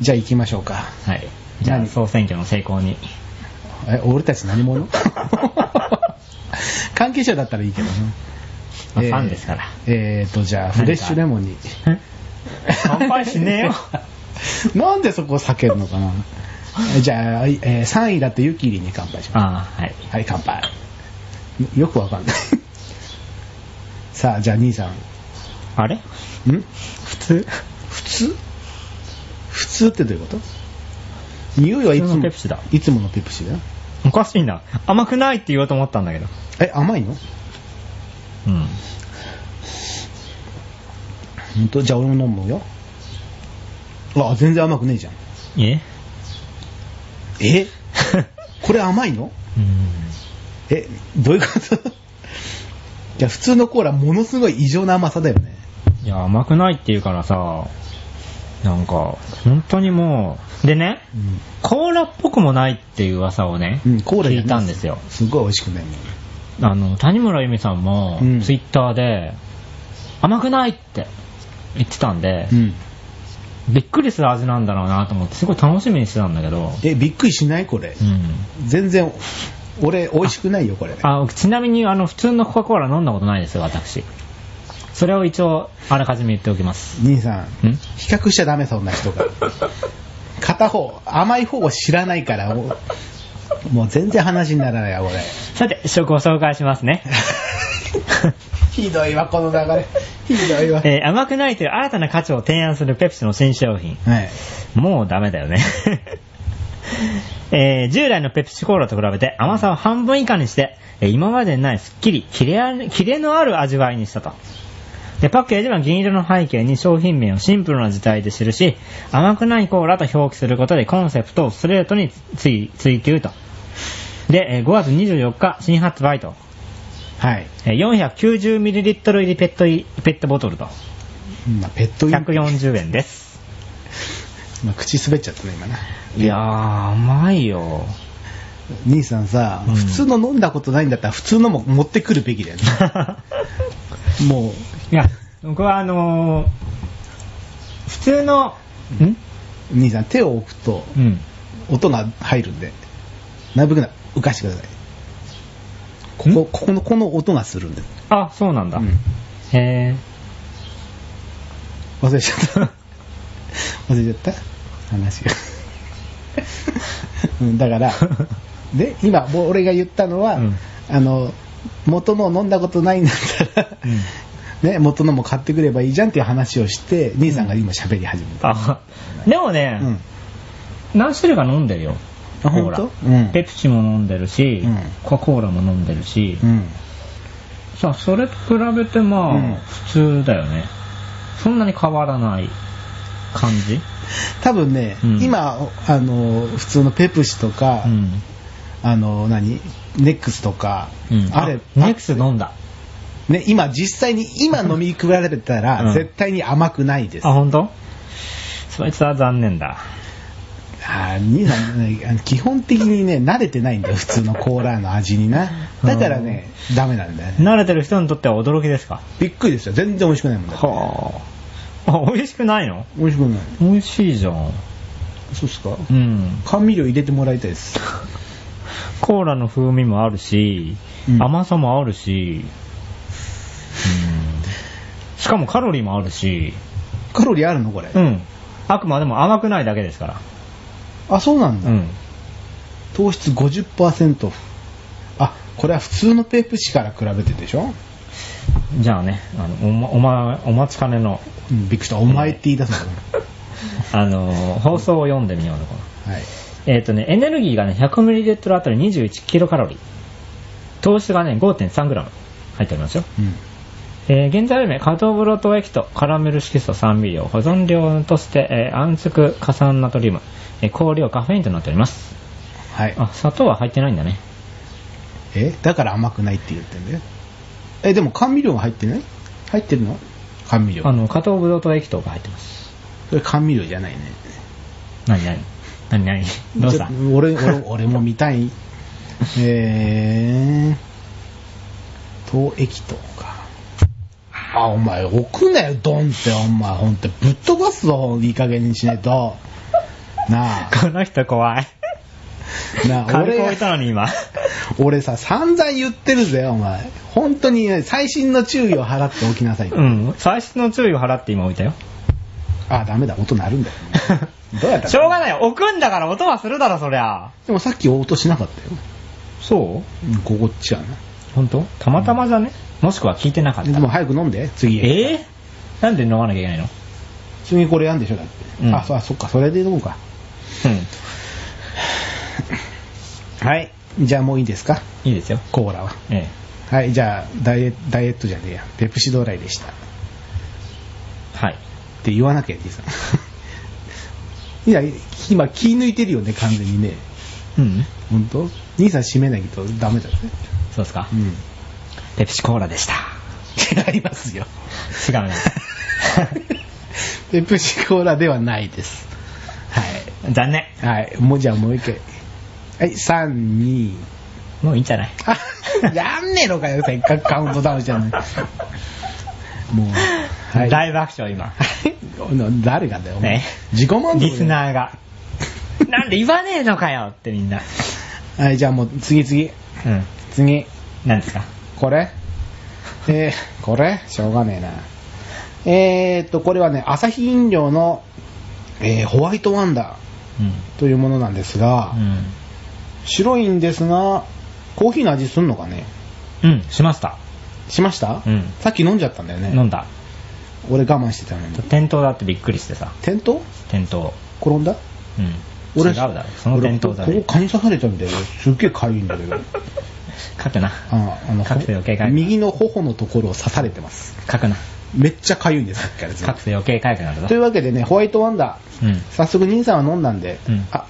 Speaker 1: じゃあ行きましょうか。
Speaker 2: はい。じゃあ、
Speaker 1: 何
Speaker 2: 総選挙の成功に。
Speaker 1: え、俺たち何者 関係者だったらいいけどね。
Speaker 2: まあ
Speaker 1: えー
Speaker 2: ファンですから。
Speaker 1: えーと、じゃあ、フレッシュレモンに。
Speaker 2: 乾杯しねえよ。
Speaker 1: なんでそこ避けるのかな えじゃあ、えー3位だってユキリに乾杯しま
Speaker 2: ああ、はい。
Speaker 1: す。はい、乾杯。よくわかんない。 さあ、じゃあ、兄さん。
Speaker 2: あれ
Speaker 1: ん普通普通普通ってどういうこと匂いはいつ
Speaker 2: 普
Speaker 1: も
Speaker 2: 通のペプシだ
Speaker 1: いつものペプシだよ。
Speaker 2: おかしいな。甘くないって言おうと思ったんだけど。
Speaker 1: え、甘いの
Speaker 2: うん。
Speaker 1: ほんとじゃあ、俺も飲むよ。あ、全然甘くねえじゃん。
Speaker 2: え
Speaker 1: えこれ甘いの
Speaker 2: うん。
Speaker 1: え、どういうこと いや、普通のコーラ、ものすごい異常な甘さだよね。
Speaker 2: いや、甘くないって言うからさ、なんか、本当にもう、でね、
Speaker 1: うん
Speaker 2: コーラっぽくもないっていう噂をね、
Speaker 1: うん、コーラじゃ
Speaker 2: 聞
Speaker 1: ない
Speaker 2: たんですよ。
Speaker 1: すごい美味しくないもん。
Speaker 2: あの、谷村由美さんも、
Speaker 1: うん
Speaker 2: ツイッターで、甘くないって言ってたんで、
Speaker 1: うん。
Speaker 2: びっくりする味なんだろうなと思って、すごい楽しみにしてたんだけど、
Speaker 1: え、びっくりしないこれ
Speaker 2: う。ん。
Speaker 1: 全然、俺、美味しくないよ、これ。
Speaker 2: あちなみにあの普通のコカ・コーラ飲んだことないですよ私それを一応あらかじめ言っておきます
Speaker 1: 兄さん、
Speaker 2: ん
Speaker 1: 比較しちゃダメ、そんな人 が。片方、甘い方を知らないから、おもう全然話にならない わ、これ。
Speaker 2: さて食を紹介しま すね
Speaker 1: ひどいわ、この流れ。ひどいわ。
Speaker 2: えー甘くないという新たな価値を提案するペプシの新商品
Speaker 1: はい。
Speaker 2: もうダメだよね えー従来のペプシコーラと比べて甘さを半分以下にして、えー今までにないすっきりキレあキレのある味わいにしたとでパッケージは銀色の背景に商品名をシンプルな字体で記し甘くないコーラと表記することでコンセプトをストレートに追追求とでえー5月24日新発売と
Speaker 1: はい。
Speaker 2: えー 490ml 入りペットいペットボトルと
Speaker 1: まあ、ペットイン、
Speaker 2: 140円です
Speaker 1: まあ、口滑っちゃったね、今な。
Speaker 2: いやー、甘い よ。
Speaker 1: 兄さんさ、
Speaker 2: うん
Speaker 1: 普通の飲んだことないんだったら普通のも持ってくるべき だよねもう
Speaker 2: いや、僕はあのー、普通の、ん
Speaker 1: 兄さん手を置くと
Speaker 2: うん。
Speaker 1: 音が入るんでなるべくな浮かしてくださいここここのこの音がするんで、
Speaker 2: あ、そうなんだ。
Speaker 1: うん
Speaker 2: へ
Speaker 1: 忘れちゃった 忘れちゃった話が、 うん、だから
Speaker 2: ー。
Speaker 1: で今もう俺が言ったのは、
Speaker 2: うん
Speaker 1: あの元のを飲んだことないんだったら、ね、元のも買ってくればいいじゃんっていう話をして、兄さんが今喋り始めた。
Speaker 2: あ、でもね、
Speaker 1: うん。
Speaker 2: 何種類か飲んでるよ。
Speaker 1: あ
Speaker 2: コーラ
Speaker 1: ほんとうん
Speaker 2: ペプシも飲んでるし、
Speaker 1: うん
Speaker 2: コカ・コーラも飲んでるし、
Speaker 1: うん。
Speaker 2: さあ、それと比べてまあ、
Speaker 1: うん
Speaker 2: 普通だよね。そんなに変わらない感じ
Speaker 1: 多分ね、
Speaker 2: うん
Speaker 1: 今、あの、普通のペプシとか、
Speaker 2: うん。
Speaker 1: あの、何ネックスとか、
Speaker 2: うん。
Speaker 1: あれ、
Speaker 2: ネクス飲んだ。
Speaker 1: ね、今実際に今飲み比べたら、
Speaker 2: うん
Speaker 1: 絶対に甘くないです。
Speaker 2: あ、本当？そいつは残念だ。
Speaker 1: あー兄さんね、あの基本的にね、慣れてないんだよ、普通のコーラの味にな。だからね、ダメなんだよね。
Speaker 2: 慣れてる人にとっては驚きですか
Speaker 1: びっくりですよ、全然美味しくないもんだから。
Speaker 2: はあ。あ、美味しくないの
Speaker 1: 美味しくない。
Speaker 2: 美味しいじゃん。
Speaker 1: そうっすか
Speaker 2: うん。
Speaker 1: 甘味料入れてもらいたいです。
Speaker 2: コーラの風味もあるし、
Speaker 1: うん
Speaker 2: 甘さもあるし、しかもカロリーもあるし、
Speaker 1: カロリーあるのこれ、
Speaker 2: うん。あくまでも甘くないだけですから。
Speaker 1: あそうなんだ、
Speaker 2: うん。
Speaker 1: 糖質50%オフあこれは普通のペプシから比べてでしょ、
Speaker 2: じゃあね、あのおま、おま、お待ちかねの、
Speaker 1: うん、びっくりしたお前って言い出すのか
Speaker 2: あのー、放送を読んでみようのかな。
Speaker 1: なはい
Speaker 2: えっ、とね、エネルギーがね、100ml あたり 21kcal。糖質がね、5.3g 入っておりますよ。
Speaker 1: うん
Speaker 2: えー原材料名、カトブロトエキト、カラメル色素3微量、保存量として、えー、安息加酸ナトリウム、えー、香料、カフェインとなっております。
Speaker 1: はい
Speaker 2: あ、砂糖は入ってないんだね。
Speaker 1: えだから甘くないって言ってんだよえでも甘味料が入ってない入ってるの甘味料
Speaker 2: あの、カトブロトエキトが入ってます。
Speaker 1: それ甘味料じゃないね
Speaker 2: なになになになにどうした
Speaker 1: ちょ俺 俺俺も見たいえー糖液糖かあお前置くなよドンってお前ほんとぶっ飛ばすぞいい加減にしないとなあ
Speaker 2: この人怖い。
Speaker 1: なあ
Speaker 2: 軽く
Speaker 1: 俺が
Speaker 2: 置いたのに今。
Speaker 1: 俺さ散々言ってるぜお前本当に最新の注意を払っておきなさい、
Speaker 2: うん。最新の注意を払って今置いたよ。
Speaker 1: あダメだ音鳴るんだ よ、どうやったの
Speaker 2: しょうがないよ。置くんだから音はするだろ、そりゃ。
Speaker 1: でもさっき音しなかったよ。
Speaker 2: そう
Speaker 1: うんここっちはな。
Speaker 2: 本当たまたまじゃね、もしくは聞いてなかっ
Speaker 1: で
Speaker 2: た。
Speaker 1: も早く飲んで、次。
Speaker 2: えー、なんで飲まなきゃいけないの
Speaker 1: 次これやんでしょ、だって。
Speaker 2: うん
Speaker 1: あ、そうあそっか、それで飲むか。
Speaker 2: うん。
Speaker 1: はい。じゃあもういいですか
Speaker 2: いいですよ。
Speaker 1: コーラは。
Speaker 2: え
Speaker 1: はい、じゃあ、ダイエダイエットじゃねえや。ペプシドライでした。っ
Speaker 2: えはい。
Speaker 1: て言わなきゃいいさん。い や、今気抜いてるよね、完全にね。
Speaker 2: うん。
Speaker 1: ほんと兄さん閉めないとダメだよね。
Speaker 2: そうですか、
Speaker 1: うん。
Speaker 2: ペプシコーラでした。
Speaker 1: 違いますよ。
Speaker 2: 違うね。
Speaker 1: ペプシコーラではないです。はい。
Speaker 2: 残念。
Speaker 1: はい、もうじゃあもう一回。はい、3、2、
Speaker 2: もういいんじゃない
Speaker 1: あ、やんねえのかよ、せっかくカウントダウンしたのに。もう、はい。
Speaker 2: 大爆笑 今。
Speaker 1: 誰がだよ、お前
Speaker 2: ね
Speaker 1: 自己満足だよ
Speaker 2: リスナーが。 なんで言わねえのかよってみんな。
Speaker 1: はい、じゃあもう次次。
Speaker 2: うん。
Speaker 1: 次。
Speaker 2: 何ですか
Speaker 1: これえー、これしょうがねえな。えーっと、これはね、朝日飲料の、えーホワイトワンダ
Speaker 2: うん。
Speaker 1: ーというものなんですが、白いんですが、コーヒーの味すんのかね
Speaker 2: うん。うん、しました。
Speaker 1: しました、
Speaker 2: うん
Speaker 1: さっき飲んじゃったんだよね。
Speaker 2: 飲んだ。
Speaker 1: 俺我慢してたのに。
Speaker 2: 転倒だってびっくりしてさ。
Speaker 1: 転倒
Speaker 2: 転倒。
Speaker 1: 転んだ
Speaker 2: うん。
Speaker 1: 俺
Speaker 2: 違うだろ。その転倒だ
Speaker 1: 俺
Speaker 2: ね
Speaker 1: こ。こ蚊に刺されちゃうんだよ。すっげえかゆいんだけ ど。
Speaker 2: 書くな。
Speaker 1: ああの
Speaker 2: 書くと余計かゆくなる。
Speaker 1: 右の頬のところを刺されてます。
Speaker 2: 書くな。
Speaker 1: めっちゃかゆいんです、さっきからずっ
Speaker 2: 書くと余計かゆくなる
Speaker 1: と。
Speaker 2: ぞ
Speaker 1: とい。うわけでね、ホワイトワンダー。
Speaker 2: うん。
Speaker 1: 早速、兄さんは飲んだんで。
Speaker 2: うん
Speaker 1: あ、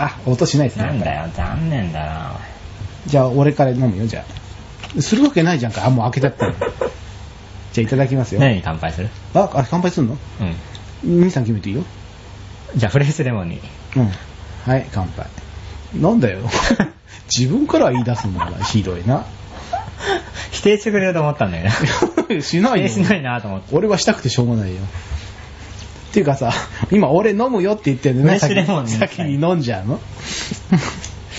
Speaker 1: あ、音しないですね。
Speaker 2: なんだ
Speaker 1: やっぱ
Speaker 2: よ、残念だな、
Speaker 1: りじゃあ、俺から飲むよ、じゃあ。するわけないじゃんか。あ、もう開けちゃった よ。じゃあ、いただきます
Speaker 2: おい
Speaker 1: よ。
Speaker 2: 何に乾杯する
Speaker 1: あ、あれ乾杯するの
Speaker 2: うん。
Speaker 1: 兄さん決めていいよ。
Speaker 2: じゃあ、フレーズレモンに。
Speaker 1: うん。はい、乾杯。なんだよ。自分から言い出すのがひどいな。
Speaker 2: 否定してくれようと思ったんだよね。
Speaker 1: しないよ。
Speaker 2: 否定しないなと思って。
Speaker 1: 俺はしたくてしょうがないよ。っていうかさ、今俺飲むよって言ってるの
Speaker 2: メ
Speaker 1: に
Speaker 2: ッシュレモン
Speaker 1: 先
Speaker 2: に
Speaker 1: 先に飲んじゃう の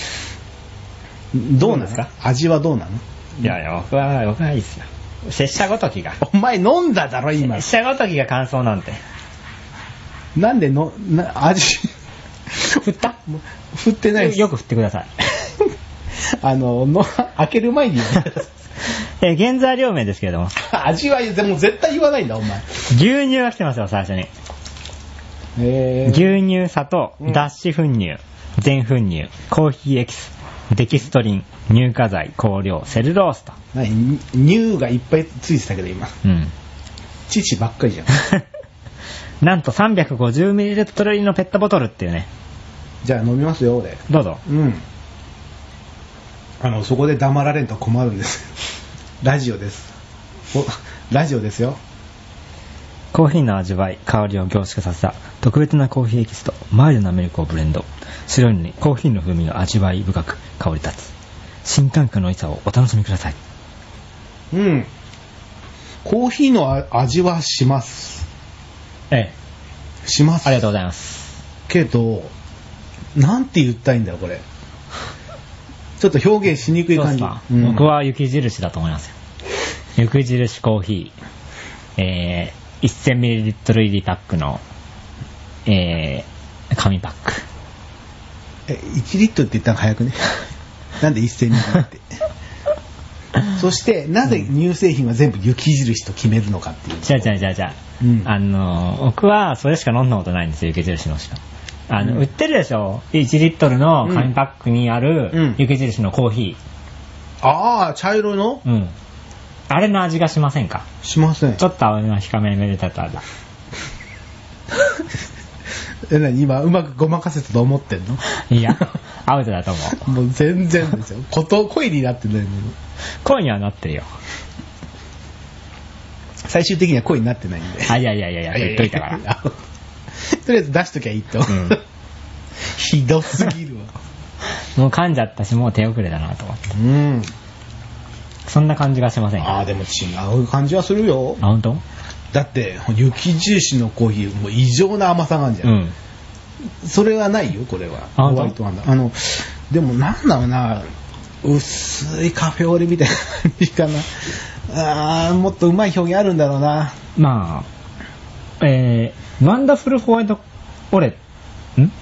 Speaker 1: どうなん
Speaker 2: どうですか
Speaker 1: 味はどうなの
Speaker 2: いやいや、僕は、僕はいいっすよ。拙者ごときが。
Speaker 1: お前飲んだだろ今
Speaker 2: 拙。者ごときが感想なんて。
Speaker 1: なんでの、な味、
Speaker 2: 振った
Speaker 1: 振ってないです。
Speaker 2: よく振ってください。
Speaker 1: あのの、開ける前に言う
Speaker 2: えー原材料名ですけれども、
Speaker 1: 味は言うもう絶対言わないんだ、お前。
Speaker 2: 牛乳が来てますよ、最初に。
Speaker 1: えー
Speaker 2: 牛乳、砂糖、
Speaker 1: うん
Speaker 2: 脱脂粉乳、全粉乳、コーヒーエキス、デキストリン、乳化剤、香料、セルロースと。
Speaker 1: 何乳がいっぱいついてたけど今
Speaker 2: うん。
Speaker 1: 父ばっかりじゃん
Speaker 2: なんと 350ml 入りのペットボトルっていうね。
Speaker 1: じゃあ飲みますよ俺
Speaker 2: どうぞ。
Speaker 1: うんあのそこで黙られんと困るんです ラジオですおラジオですよ
Speaker 2: コーヒーの味わい、香りを凝縮させた特別なコーヒーエキスとマイルドなミルクをブレンド。白いのにコーヒーの風味が味わい深く香り立つ。新感覚の良さをお楽しみください。
Speaker 1: うんコーヒーのあ味はします
Speaker 2: ええ、
Speaker 1: します
Speaker 2: ありがとうございます。
Speaker 1: けどなんて言ったらいいんだよこれちょっと表現しにくい
Speaker 2: どう
Speaker 1: 感
Speaker 2: です
Speaker 1: じ
Speaker 2: か、
Speaker 1: うん
Speaker 2: 僕は雪印だと思いますよ。雪印コーヒえー、1000ml 入りパックの、えー、紙パック。
Speaker 1: え、1リットルって言ったの早くね。 なんで1000リットル って。そして、なぜ乳製品は全部雪印と決めるのかっていう。
Speaker 2: 違う違う違う違う。
Speaker 1: うん
Speaker 2: あの、僕はそれしか飲んだことないんですよ、雪印のしか。あの、
Speaker 1: うん
Speaker 2: 売ってるでしょ ?1 リットルの紙パックにあ
Speaker 1: う
Speaker 2: る
Speaker 1: ん
Speaker 2: 雪印のコーヒ
Speaker 1: ああ、茶色いの
Speaker 2: ー。うん。あれの味がしませんか
Speaker 1: しません
Speaker 2: ち。ょっと青みが控めめでたただ。
Speaker 1: え、なに今、うまくごまかせたと思ってんの
Speaker 2: いや、アウトだと思う。
Speaker 1: もう全然ですよ。こと、恋になってないのに。
Speaker 2: 恋にはなってるよ。
Speaker 1: 最終的には恋になってないんで。
Speaker 2: あ、いやいやいやいや、言っといたから。
Speaker 1: あ とりあえず出しときゃいいと。
Speaker 2: ん
Speaker 1: ひどすぎるわ。
Speaker 2: もう噛んじゃったし、もう手遅れだなと思って。
Speaker 1: うん。
Speaker 2: そんな感じがしませんか
Speaker 1: ああ、でも違う感じはするよ。
Speaker 2: あ、本当？
Speaker 1: だって、雪印のコーヒー、もう異常な甘さがあるじゃ。
Speaker 2: うんん。
Speaker 1: それはないよ、これは。
Speaker 2: あ
Speaker 1: ホワイトワンダーあの、でもなんだろうな、薄いカフェオレみたいな感じかな。あーもっとうまい表現あるんだろうな。
Speaker 2: まあ、えー、ワンダフルホワイトオレ、ん
Speaker 1: ん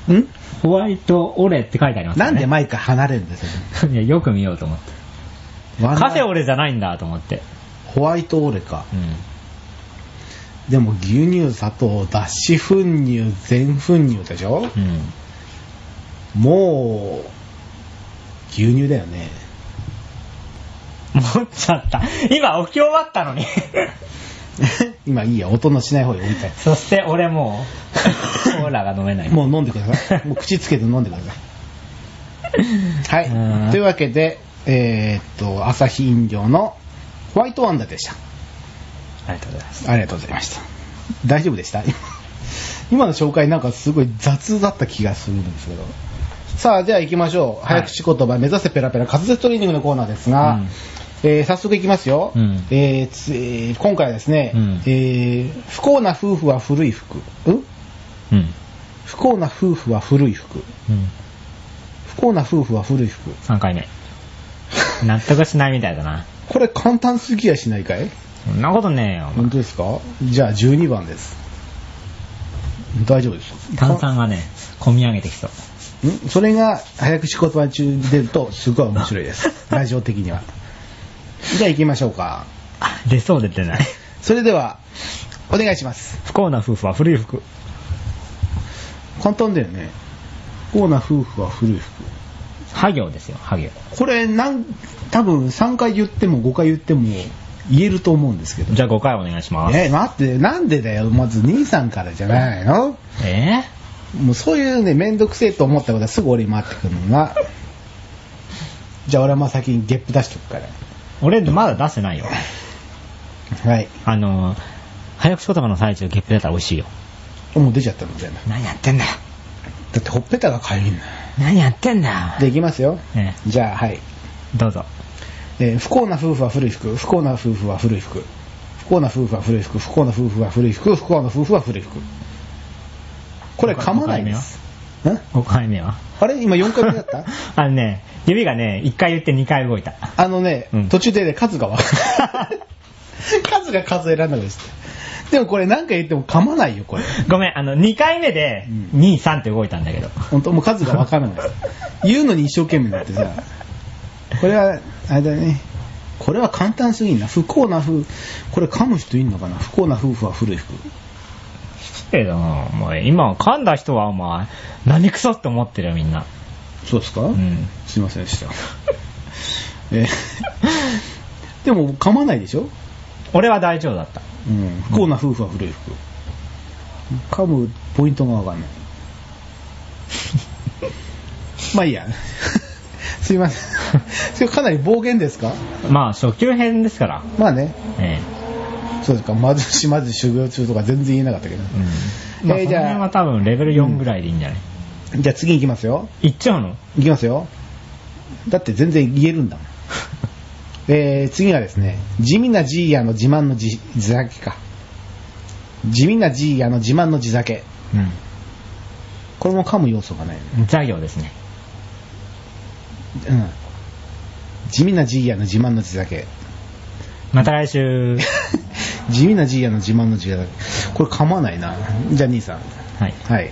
Speaker 2: ホワイトオレって書いてありますよ
Speaker 1: な
Speaker 2: ね。
Speaker 1: んで毎回離れるんですよ。
Speaker 2: いや、よく見ようと思って。
Speaker 1: ワンダ
Speaker 2: カフェオレじゃないんだと思って。
Speaker 1: ホワイトオレか。
Speaker 2: うん。
Speaker 1: でも牛乳、砂糖、脱脂粉乳、全粉乳でしょ、
Speaker 2: うん。
Speaker 1: もう、牛乳だよ ね。
Speaker 2: 持っちゃった。今起き終わったのに。
Speaker 1: 今いいや、音のしない方に置いたい。
Speaker 2: そして俺も う、コーラが飲めない。
Speaker 1: もう飲んでくだ さい。もう口つけて飲んでください。
Speaker 2: う
Speaker 1: は
Speaker 2: ん
Speaker 1: い。というわけで、えーっと、朝日飲料のホワイトワンダでした。
Speaker 2: ありがとうございます。
Speaker 1: ありがとうございました。大丈夫でした 今今の紹介なんかすごい雑だった気がするんですけど。さあ、じゃあ行きましょう。
Speaker 2: は
Speaker 1: 早
Speaker 2: い
Speaker 1: 口言葉、目指せペラペラ滑舌トレーニングのコーナーですが、
Speaker 2: うん
Speaker 1: えー早速いきますよ。
Speaker 2: うん
Speaker 1: えーつえー今回はですね、
Speaker 2: うん
Speaker 1: えー不幸な夫婦は古い服。ん
Speaker 2: うん。
Speaker 1: 不幸な夫婦は古い服。
Speaker 2: うん。
Speaker 1: 不幸な夫婦は古い服。
Speaker 2: 3回目。納得しないみたいだな。
Speaker 1: これ簡単すぎやしないかい
Speaker 2: そんなことねえよ。
Speaker 1: 本当ですかじゃあ12番です。大丈夫です。
Speaker 2: 炭酸がね、込み上げてきそう。
Speaker 1: んそれが早口言葉中に出るとすごい面白いです。 ラジオ的には。じゃあ行きましょうか。
Speaker 2: あ出そうで出ない。
Speaker 1: それでは、お願いします。
Speaker 2: 不幸な夫婦は古い服。
Speaker 1: 簡単だよね。不幸な夫婦は古い服。
Speaker 2: ハ行ですよ、ハ行。
Speaker 1: これ、なん、多分3回言っても5回言っても言えると思うんですけど。
Speaker 2: じゃあ5回お願いします。
Speaker 1: え、待って、なんでだよ。まず兄さんからじゃないの
Speaker 2: え
Speaker 1: もうそういうね、めんどくせえと思ったことはすぐ俺に回ってくるのが。じゃあ俺はまあ先にゲップ出しとくから。
Speaker 2: ー俺まだ出せないよ。
Speaker 1: はい。
Speaker 2: あのー、早口言葉の最中ゲップ出たら美味しいよ。
Speaker 1: もう出ちゃったの全部。
Speaker 2: 何やってんだよ。
Speaker 1: だってほっぺたがかゆいんだよ。
Speaker 2: 何やってんだ
Speaker 1: で、いきますよ。
Speaker 2: え
Speaker 1: じゃあ、はい。
Speaker 2: えどうぞ。
Speaker 1: えー不幸な夫婦は古い服、不幸な夫婦は古い服、不幸な夫婦は古い服、不幸な夫婦は古い服、不幸な夫婦は古い服。これ噛まないです。ん
Speaker 2: 5回目は。
Speaker 1: あれ今4回目だった
Speaker 2: あのね、指がね、1回言って2回動いた。
Speaker 1: あのね、
Speaker 2: うん
Speaker 1: 途中でね、数が分か る。数が数選んだことです。でもこれ何回言っても噛まないよ、これ。
Speaker 2: ごめん、あの、2回目で、
Speaker 1: うん
Speaker 2: 2、3って動いたんだけど。
Speaker 1: 本当もう数が分からないです。言うのに一生懸命になってさ、これは、あれだね、これは簡単すぎんな。不幸な夫婦、これ噛む人いんのかな不幸な夫婦は古い服。
Speaker 2: けども、もう今噛んだ人はお前、何クソって思ってるよみんな。
Speaker 1: そうですか、
Speaker 2: うん。
Speaker 1: すいませんでした。 えーでも噛まないでしょ、
Speaker 2: 俺は大丈夫だった。
Speaker 1: うん、不幸な夫婦は古い服。噛むポイントがわかんない。 まあいいや。 すいません。 それかなり暴言ですか
Speaker 2: まあ、初級編ですから。
Speaker 1: まあね。
Speaker 2: え
Speaker 1: そうですか、貧し貧し修行中とか全然言えなかったけど。
Speaker 2: え。うん。まあ、
Speaker 1: えー
Speaker 2: そ
Speaker 1: じ
Speaker 2: の
Speaker 1: ゃあ
Speaker 2: 辺は多分レベル4ぐらいでいいんじゃない
Speaker 1: じゃあ次行きますよ。
Speaker 2: いっちゃうの
Speaker 1: 行きますよ。だって全然言えるんだもん。えー、次はですね、地味なジーヤの自慢の地地酒か。地味なジーヤの自慢の地酒。
Speaker 2: う
Speaker 1: これも噛む要素がないね。
Speaker 2: ん。座業ですね。
Speaker 1: うん。地味なジーヤの自慢の地酒。
Speaker 2: また来週。
Speaker 1: 地味な G やの自慢の G やだこれ噛まないな。じゃあ兄さん。
Speaker 2: はい。
Speaker 1: はい。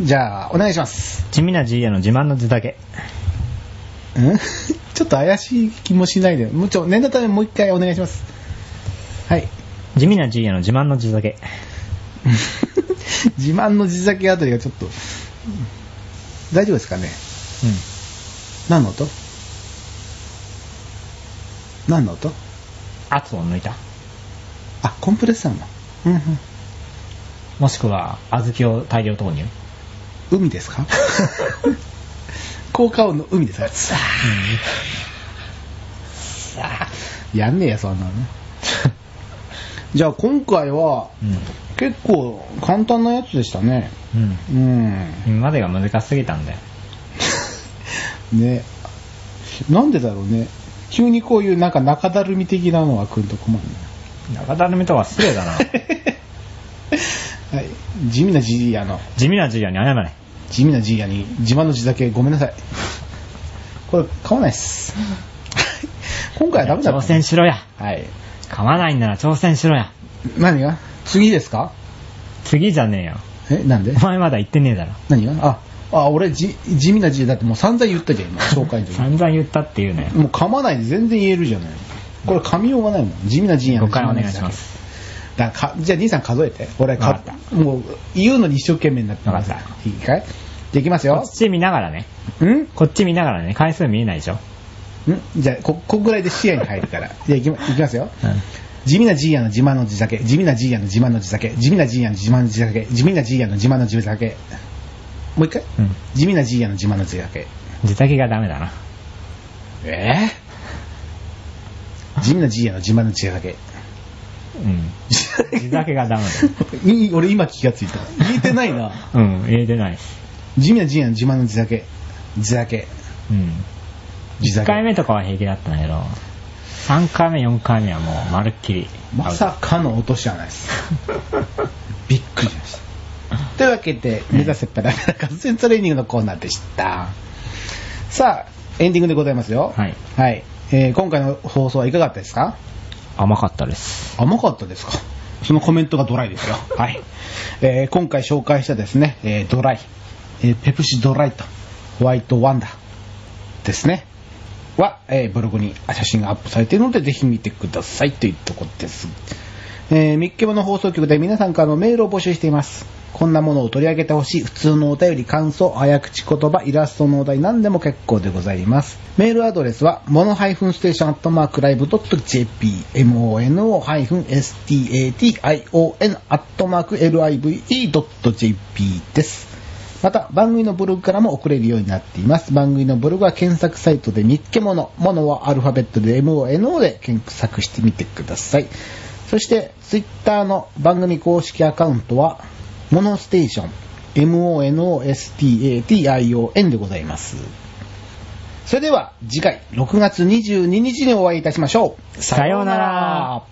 Speaker 1: じゃあ、お願いします。
Speaker 2: 地味な G やの自慢の図だけ。
Speaker 1: ん ちょっと怪しい気もしないで。もうちょ、念のためもう一回お願いします。はい。
Speaker 2: 地味な G やの自慢の図だけ。
Speaker 1: 自慢の地酒あたりがちょっと、大丈夫ですかね
Speaker 2: う
Speaker 1: 何
Speaker 2: ん。
Speaker 1: の音何の音
Speaker 2: 圧を抜いた。
Speaker 1: あ、コンプレッサーの。うんうん。
Speaker 2: もしくは、小豆を大量投入。うん
Speaker 1: 海ですか効果音の海ですかさあやんねえや、そんなのね。じゃあ今回は、結構簡単なやつでしたね。
Speaker 2: うん。うん。
Speaker 1: うん。
Speaker 2: 今までが難しすぎたんで。
Speaker 1: ねなんでだろうね急にこういうなんか中だるみ的なのは来ると困る
Speaker 2: 中だるみとは失 礼 だな。
Speaker 1: な、はい、地味なジーヤの
Speaker 2: 地味な G やに謝れ。
Speaker 1: 地味なジーヤに自慢の地酒ごめんなさいこれ買わないっす 今回はダメだ
Speaker 2: 挑戦しろや。
Speaker 1: はい
Speaker 2: 噛まないんなら挑戦しろや。
Speaker 1: 何が次ですか
Speaker 2: 次じゃねえよ。
Speaker 1: えなん で
Speaker 2: お前まだ言ってねえだろ。
Speaker 1: 何がああ俺じ地味なジーヤだってもう散々言ったじゃん 今紹介の時
Speaker 2: 散々言ったっていうね。
Speaker 1: もう噛まないで全然言えるじゃないこれ噛みようがないもん地味なジーヤの
Speaker 2: 5
Speaker 1: 自慢
Speaker 2: 回お
Speaker 1: の地
Speaker 2: 願い
Speaker 1: 酒
Speaker 2: します。
Speaker 1: だからかじゃあ兄さん数えて俺
Speaker 2: わか
Speaker 1: かもう言うのに一生懸命になってます
Speaker 2: わか
Speaker 1: いいかいじゃあいきます
Speaker 2: こ
Speaker 1: よ
Speaker 2: っち見ながらね。
Speaker 1: んん
Speaker 2: こっち見ながらね。回数見えないでしょ。
Speaker 1: じゃあここんぐらいで視野に入るからじゃあいき,、ま、いきますよ
Speaker 2: うん。
Speaker 1: 地味なジーヤの自慢の地酒地味なジーヤの自慢の地酒地味なジーヤの自慢の地酒地味なジーヤの自慢の地酒もう一回、
Speaker 2: うん
Speaker 1: 地味なジーヤの自慢の地酒
Speaker 2: 自宅がダメだな。
Speaker 1: えぇ、地味なジーヤの自慢の地酒
Speaker 2: うん。地酒がダメだ。
Speaker 1: いい俺今気がついた言えてないな
Speaker 2: うん、入れてないです。
Speaker 1: 地味なジーヤの自慢の地酒地酒
Speaker 2: うん。
Speaker 1: 地
Speaker 2: 1
Speaker 1: 酒
Speaker 2: 回目とかは平気だったんだけど、3回目、4回目はもうまるっきり。
Speaker 1: まさかの落とし穴 です。びっくりしました。というわけで、目指せパラパラ合戦トレーニングのコーナーでした。さあ、エンディングでございますよ。
Speaker 2: はい
Speaker 1: えー今回の放送はいかがだったですか
Speaker 2: 甘かったです。
Speaker 1: 甘かったですかそのコメントがドライですよ。 はい。えー今回紹介したですね、えードライ、えーペプシドライとホワイトワンダーですね。は、えーブログに写真がアップされているので、ぜひ見てくださいというところです。えー、ミッケモの放送局で皆さんからのメールを募集しています。こんなものを取り上げてほしい、普通のお便り、感想、早口言葉、イラストのお題、何でも結構でございます。メールアドレスは、モノハイフンステーションアットマークライブドット JP、mono ハイフン station アットマーク live ドット JP です。また番組のブログからも送れるようになっています番組のブログは検索サイトで「みっけもの」「もの」はアルファベットで「MONO」で検索してみてくださいそしてツイッターの番組公式アカウントは「モノステーション」「MONOSTATION」でございますそれでは次回6月22日にお会いいたしましょう
Speaker 2: さようなら